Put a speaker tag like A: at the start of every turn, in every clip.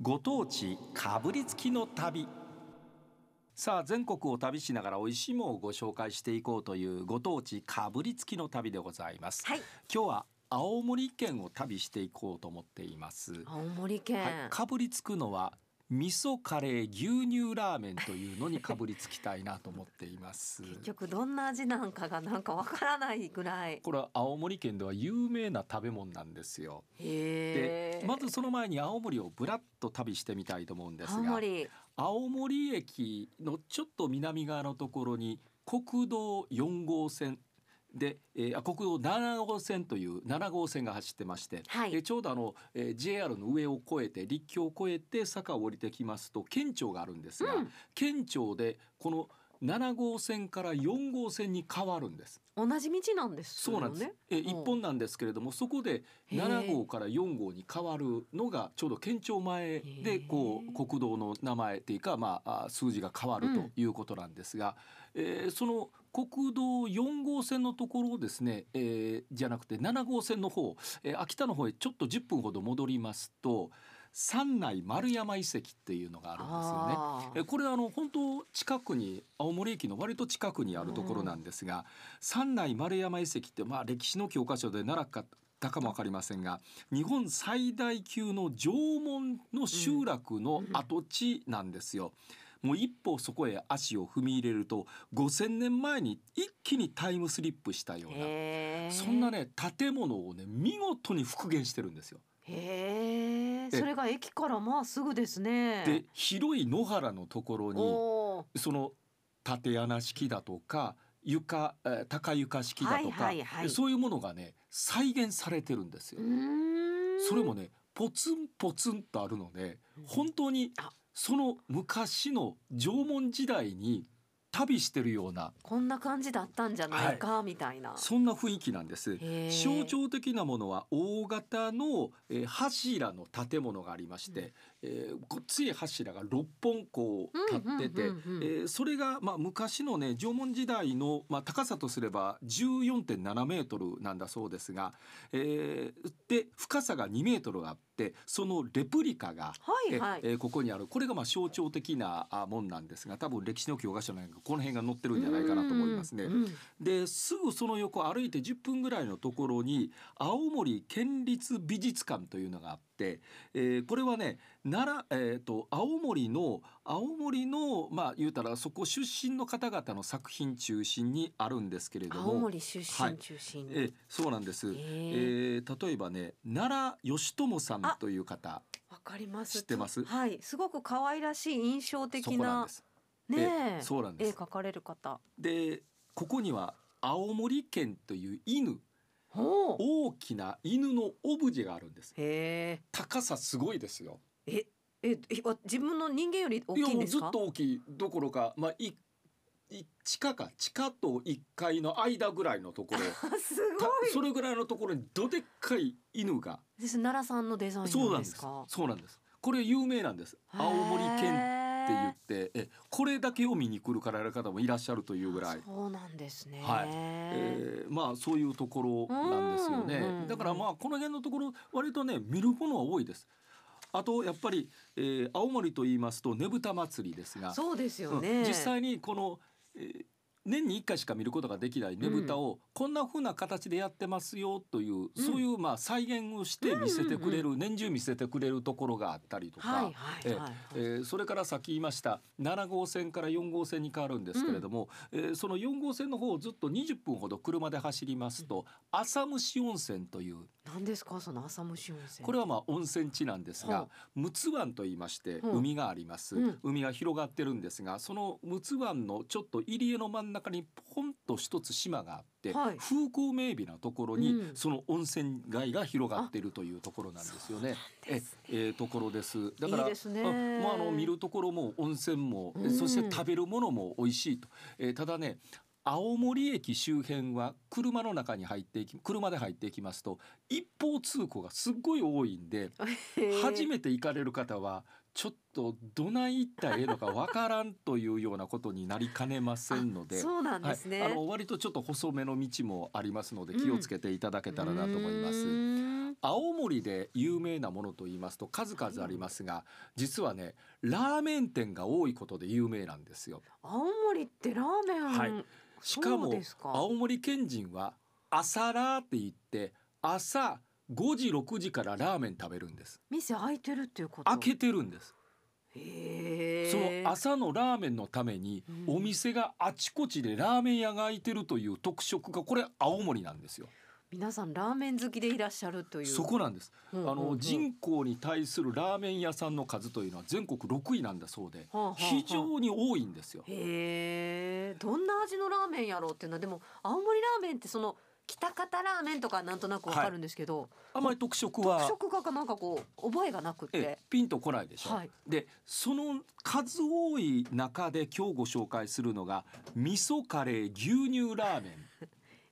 A: ご当地かぶりつきの旅さあ全国を旅しながら美味しいものをご紹介していこうというご当地かぶりつきの旅でございます、
B: はい
A: 今日は青森県を旅していこうと思っています、
B: 青森県、
A: はい、かぶりつくのは味噌カレー牛乳ラーメンというのにかぶりつきたいなと思っています
B: 結局どんな味なんかがなんかわからないぐらい
A: これは青森県では有名な食べ物なんですよ
B: へ
A: で
B: え、
A: まずその前に青森をぶらっと旅してみたいと思うんですが
B: 青森
A: 青森駅のちょっと南側のところに国道4号線で、えーあ国道7号線という7号線が走ってまして、
B: はい
A: でちょうどあの、えー JR の上を越えて陸橋を越えて坂を降りてきますと県庁があるんですが、
B: うん
A: 県庁でこの7号線から4号線に変わるんです。
B: 同じ道なんです
A: そ
B: よ
A: うなんです。
B: ね
A: え
B: ん
A: 一本なんですけれども、そこで7号から4号に変わるのがちょうど県庁前で
B: へ
A: こう
B: ー
A: 国道の名前っていうかまああ数字が変わる
B: う
A: と
B: ん
A: いうことなんですが、えーその国道4号線のところをですね、えーじゃなくて7号線の方、えー秋田の方へちょっと10分ほど戻りますと三内丸山遺跡っていうのがあるんですよね。
B: あ
A: えこれあの本当近くに青森駅の割と近くにあるところなんですが、三内丸山遺跡ってまあ歴史の教科書で習ったかもわかりませんが日本最大級の縄文の集落の跡地なんですよ。もう一歩そこへ足を踏み入れると5,000年前に一気にタイムスリップしたよ
B: ー
A: うな、
B: へえ
A: そんなね建物をね見事に復元してるんですよ。
B: へえ
A: え
B: それが駅からまあすぐですね
A: で広い野原のところに
B: おー
A: その縦穴式だとか床、えー高床式だとか、
B: はいはいはい
A: そういうものがね再現されてるんですよ
B: う。ーん
A: それもねポツンポツンとあるので本当に
B: あ
A: その昔の縄文時代に旅してるような
B: こんな感じだったんじゃないか、みたいな
A: そんな雰囲気なんです。
B: へー
A: 象徴的なものは大型の、えー柱の建物がありまして、えーごっつい柱が6本こう立ってて、
B: うんうんうんうん
A: えーそれが、まあ、昔のね縄文時代の、まあ、高さとすれば14.7メートルなんだそうですが、えーで深さが2メートルあってそのレプリカが、
B: はい
A: え
B: はい
A: えーここにあるこれがまあ象徴的なあもんなんですが多分歴史の教科書なんかこの辺が載ってるんじゃないかなと思いますね。
B: うんうん
A: ですぐその横歩いて10分ぐらいのところに青森県立美術館というのがあって、えーこれはね奈良、えー、と青森の青森のまあ言うたらそこ出身の方々の作品中心にあるんですけれども
B: 青森出
A: はい
B: 身中心
A: え
B: に、
A: ーそうなんです、え
B: へ
A: ー例えばね奈良義友さんという方
B: わかります
A: 知ってます
B: はいすごく可愛らしい印象
A: そ
B: 的
A: こなん
B: な
A: です。
B: ねえ
A: そうなんで
B: 絵
A: す
B: 描かれる方
A: でここには青森県という犬
B: ほう
A: 大きな犬のオブジェがあるんです。
B: へ
A: 高さすごいですよ。
B: ええええわ自分の人間より大きいん
A: もう
B: で
A: ず
B: す
A: っ
B: か
A: と大きいどころか、まあ、いい地下か地下と1階の間ぐらいのところ
B: あ す
A: たそ
B: ごい
A: れぐらいのところにどでっかい犬が
B: です奈良さんのデザイン
A: そう
B: な
A: なんんで
B: で
A: す
B: すか
A: そうなんですこれ有名なんです青森県って言
B: 県
A: ってえこれだけを見に来るからる方もいらっしゃるというぐらい
B: そうなんですね
A: はいえーまあそういうところなんですよ
B: うんうんう
A: ね。
B: ん
A: だからまあこの辺のところ割とね見るものは多いです。あとやっぱり、えー青森と言いますとねぶた祭りですが、
B: そうですよ
A: う
B: ね、
A: ん実際にこの、えー年に1回しか見ることができないねぶたをこんな風な形でやってますよという、そういうまあ再現をして見せてくれる、年中見せてくれるところがあったりとか、
B: はいはいはい、
A: え
B: はい
A: ーそれからさっき言いました7号線から4号線に変わるんですけれども、えーその4号線の方をずっと20分ほど車で走りますと、浅虫温泉という
B: 何ですかその朝虫温泉
A: これはまあ温泉地なんです
B: は
A: が
B: あ
A: 陸奥湾と言いまして
B: うん
A: 海があります、
B: うん
A: 海が広がってるんですがその陸奥湾のちょっと入り江の真ん中にポンと一つ島があって、
B: はい
A: 風光明媚なところに、
B: うん
A: その温泉街が広がってるというところなんですよね。
B: そうなんです
A: ええーところです。だから
B: いいですね
A: うんまああの見るところも温泉も、
B: うん
A: そして食べるものも美味しいと。えーただね青森駅周辺は車の中に入っていき車で入っていきますと一方通行がすっごい多いんで初
B: て
A: めて行かれる方はちょっとどない行ったらええのかわからんというようなことになりかねませんので。
B: そうなんですね、
A: はい、あの割とちょっと細めの道もありますので気をつけていただけたらなと思います。
B: うーん
A: 青森で有名なものと言いますと数々ありますが、実はねラーメン店が多いことで有名なんですよ。
B: 青森ってラーメン、
A: はいしか
B: そう
A: も
B: ですか
A: 青森県人は朝ラーって言って朝5時6時からラーメン食べるんです。
B: 店開いてるっていうこと
A: 開けてるんです。そ
B: へえ
A: の朝のラーメンのために
B: うん
A: お店があちこちでラーメン屋が開いてるという特色がこれ青森なんですよ。
B: 皆さんラーメン好きでいらっしゃるという
A: そこなんです。あ
B: あ
A: の人口に対するラーメン屋さんの数というのは全国6位なんだそうで非常に多いんですよ。
B: へえどんな味のラーメンやろうっていうのはでも青森ラーメンってその北方ラーメンとかなんとなくわかるんですけど、
A: あまり特色
B: 特
A: は
B: 色がかなんかこう覚えがなく
A: ええ
B: て、
A: ピンとこないでしょ。
B: はい
A: でその数多い中で今日ご紹介するのが味噌カレー牛乳ラーメ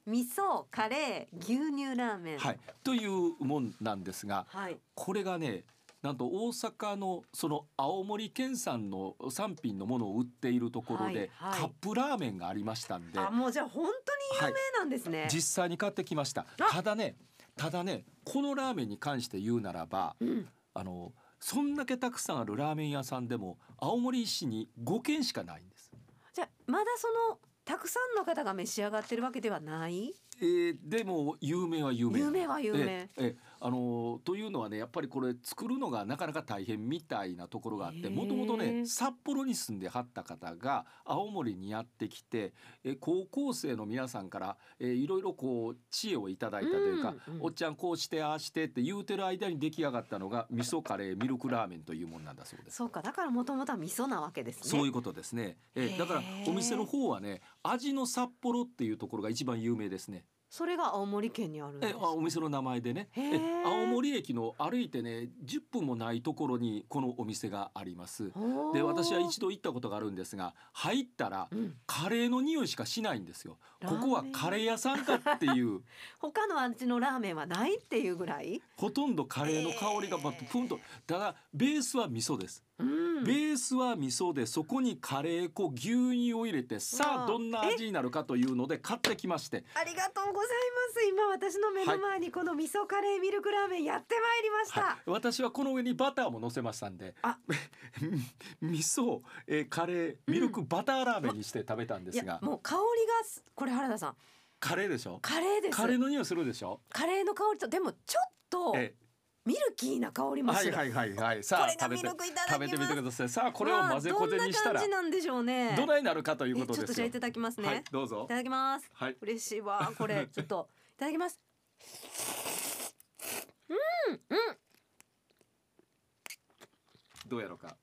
B: 味噌カレー牛乳ラーメン
A: ン、はい、というもんなんですが
B: はい
A: これがねなんと大阪のその青森県産の3品のものを売っているところで、
B: はいはい
A: カップラーメンがありましたんで
B: あもうじゃあ本当に有名なんですね、
A: 実際に買ってきました
B: あ
A: ただねただねこのラーメンに関して言うならば
B: うん
A: あのそんだけたくさんあるラーメン屋さんでも青森市に5軒しかないんです。
B: じゃあまだそのたくさんの方が召し上がってるわけではない
A: えーでも有名は有名
B: 有名は有名
A: ええあのーというのはねやっぱりこれ作るのがなかなか大変みたいなところがあっ
B: へー
A: てもともとね札幌に住んではった方が青森にやってきてえ高校生の皆さんからえいろいろこう知恵をいただいたというか、
B: うんうん
A: おっちゃんこうしてああしてって言うてる間に出来上がったのが味噌カレーミルクラーメンというもんなんだそうです。
B: そうかだからもともとは味噌なわけですね
A: そういうことですね。え
B: へー
A: だからお店の方はね、味の札幌っていうところが一番有名ですね。
B: それが青森県にあるんで
A: え
B: す
A: あお店の名前でね
B: へー
A: え青森駅の歩いてね10分もないところにこのお店があります
B: おー
A: で私は一度行ったことがあるんですが入ったら
B: うん
A: カレーの匂いしかしないんですよ
B: ラー
A: こ
B: メン
A: こはカレー屋さんかっていう
B: 他の味のラーメンはないっていうぐらい、
A: ほとんどカレーの香りがバッとプンとただベースは味噌です、
B: うん
A: ベースは味噌でそこにカレー粉牛乳を入れて
B: う
A: さ
B: わ
A: あどんな味になるかというので買ってきまして
B: ありがとうございます今私の目の前にこの味噌カレーミルクラーメンやってまいりました、
A: はい、私はこの上にバターも乗せましたんで
B: あ
A: 味噌、えーカレーミルクバターラーメンにして食べたんで
B: い
A: す
B: や
A: が、
B: もう香りがすこれ原田さん
A: カレーでしょ
B: カレーです
A: カレーの匂いするでしょ
B: カレーの香りとでもちょっと
A: え
B: ミルキーな香りもす
A: はい
B: る、
A: はいはいはいさあ食
B: これが
A: べ
B: ミ
A: て
B: ルクいただきます
A: 食べてみてくださいさあこれを混ぜこぜにした
B: ま
A: ら
B: あどんな感じなんでしょうね
A: どないなるかというこ
B: えち
A: と
B: ょっと
A: で
B: じ
A: す
B: ゃあ
A: よ
B: いただきますね、
A: はい
B: い
A: どうぞ
B: ただきます
A: はい
B: 嬉しいわこれちょっといただきます
A: どうやろうか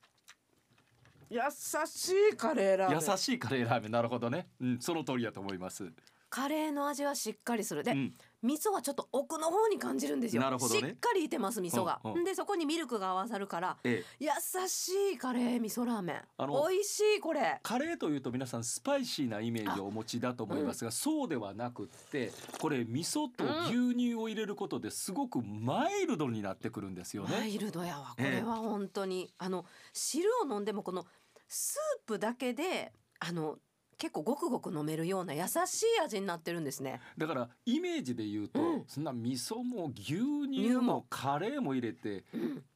B: 優しいカレーラーメン
A: 優しいカレーラーメンなるほどねうんその通りだと思います
B: カレーの味はしっかりするで、
A: うん
B: 味噌はちょっと奥の方に感じるんですよ
A: なるほどね
B: しっかりいてます味噌が、
A: うんうん
B: でそこにミルクが合わさるから
A: ええ
B: 優しいカレー味噌ラーメン
A: あの
B: 美味しいこれ
A: カレーというと皆さんスパイシーなイメージをお持ちだと思いますが、そうではなくってこれ味噌と牛乳を入れることですごくマイルドになってくるんですよね。
B: ワイルドやわこ
A: ええ
B: れは本当に、あの汁を飲んでもこのスープだけであの結構ごくごく飲めるような優しい味になってるんですね
A: だからイメージで言うと、
B: うん
A: そんな味噌も牛乳もカレーも入れて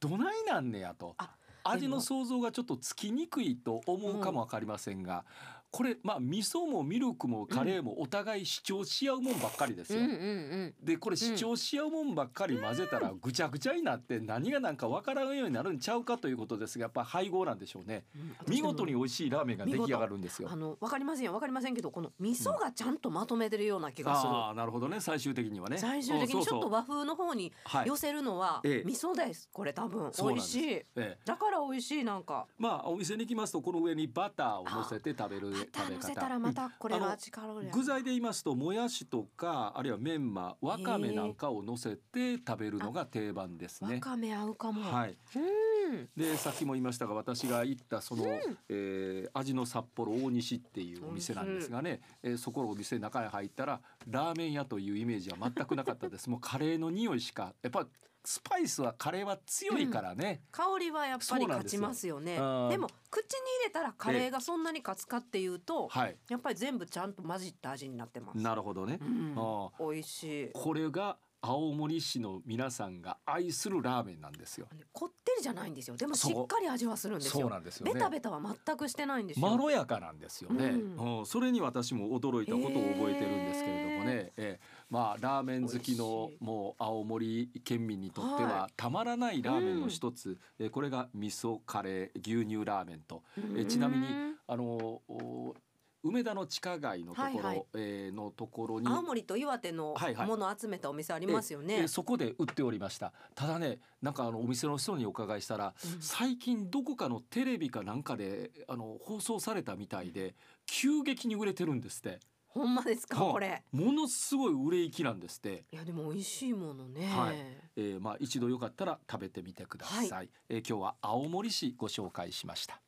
A: どないなんねやと
B: あ。
A: 味の想像がちょっとつきにくいと思うかもわかりませんが、これまあ味噌もミルクもカレーもお互い主張し合うもんばっかりですよ。
B: ん
A: でこれ主張し合うもんばっかり混ぜたらぐちゃぐちゃになって何がなんかわからんようになるんちゃうかということですがやっぱ配合なんでしょうね
B: うん
A: 見事に美味しいラーメンが出来上がるんですよ
B: あのわかりませんよわかりませんけどこの味噌がちゃんとまとめてるような気がする、
A: ああなるほどね最終的にはね
B: 最終的にちょっと
A: は
B: 和風の方に
A: はい
B: 寄せるのは
A: え
B: 味
A: え
B: 噌です。これ多分
A: そうなんで
B: 美味
A: す
B: しい。
A: ええ
B: だから美味しいなんか。
A: まあお店に行きますとこの上にバターを乗せて食べる
B: バ
A: 食
B: ター
A: べ
B: 乗せた
A: 方
B: らまたこれが力があ
A: う
B: る
A: ん
B: やん
A: 具材で言いますともやしとかあるいはメンマわかめなんかを乗せて食べるのが定番です
B: わ
A: ね。
B: かめ合うかも。
A: はい
B: うん。
A: でさっきも言いましたが私が行ったその、えー味の札幌大西っていうお店なんですがね、えーそこのお店の中に入ったらラーメン屋というイメージは全くなかったですもうカレーの匂いしかやっぱスパイスはカレーは強いからね、
B: 香りはやっぱり勝ちますよね。
A: そうなんですよあー
B: でも口に入れたらカレーがそんなに勝つかっていうと、
A: はい
B: やっぱり全部ちゃんと混じった味になってます。
A: なるほどね、
B: うん
A: ああ
B: 美味しい。
A: これが青森市の皆さんが愛するラーメンなんですよ。
B: こってりじゃないんですよでも
A: そ
B: し
A: う
B: っかり味はするんですよ
A: そうなんですよね。
B: ベタベタは全くしてないんですよ
A: まろやかなんですよね、
B: う
A: うんそれに私も驚いたことを覚えてるんですけれどもね、ええまあ、ラーメン好きの
B: 美味しい
A: もう青森県民にとっては
B: は
A: たまらないラーメンの一つ、えこれが味噌カレー牛乳ラーメンとえちなみに
B: うん
A: あのお梅田の地下街のところ、
B: はいはい
A: えーのところに
B: 青森と岩手の
A: はいはい
B: ものを集めたお店ありますよね、
A: えーそこで売っておりましたただねなんかあのお店の人にお伺いしたら
B: うん
A: 最近どこかのテレビかなんかであの放送されたみたいで急激に売れてるんですって
B: ほんまですか
A: はあ
B: これ
A: ものすごい売れ行きなんですって、
B: いやでも美味しいものね、
A: はいえーまあ、一度よかったら食べてみてください、
B: は
A: えー今日は青森市ご紹介しました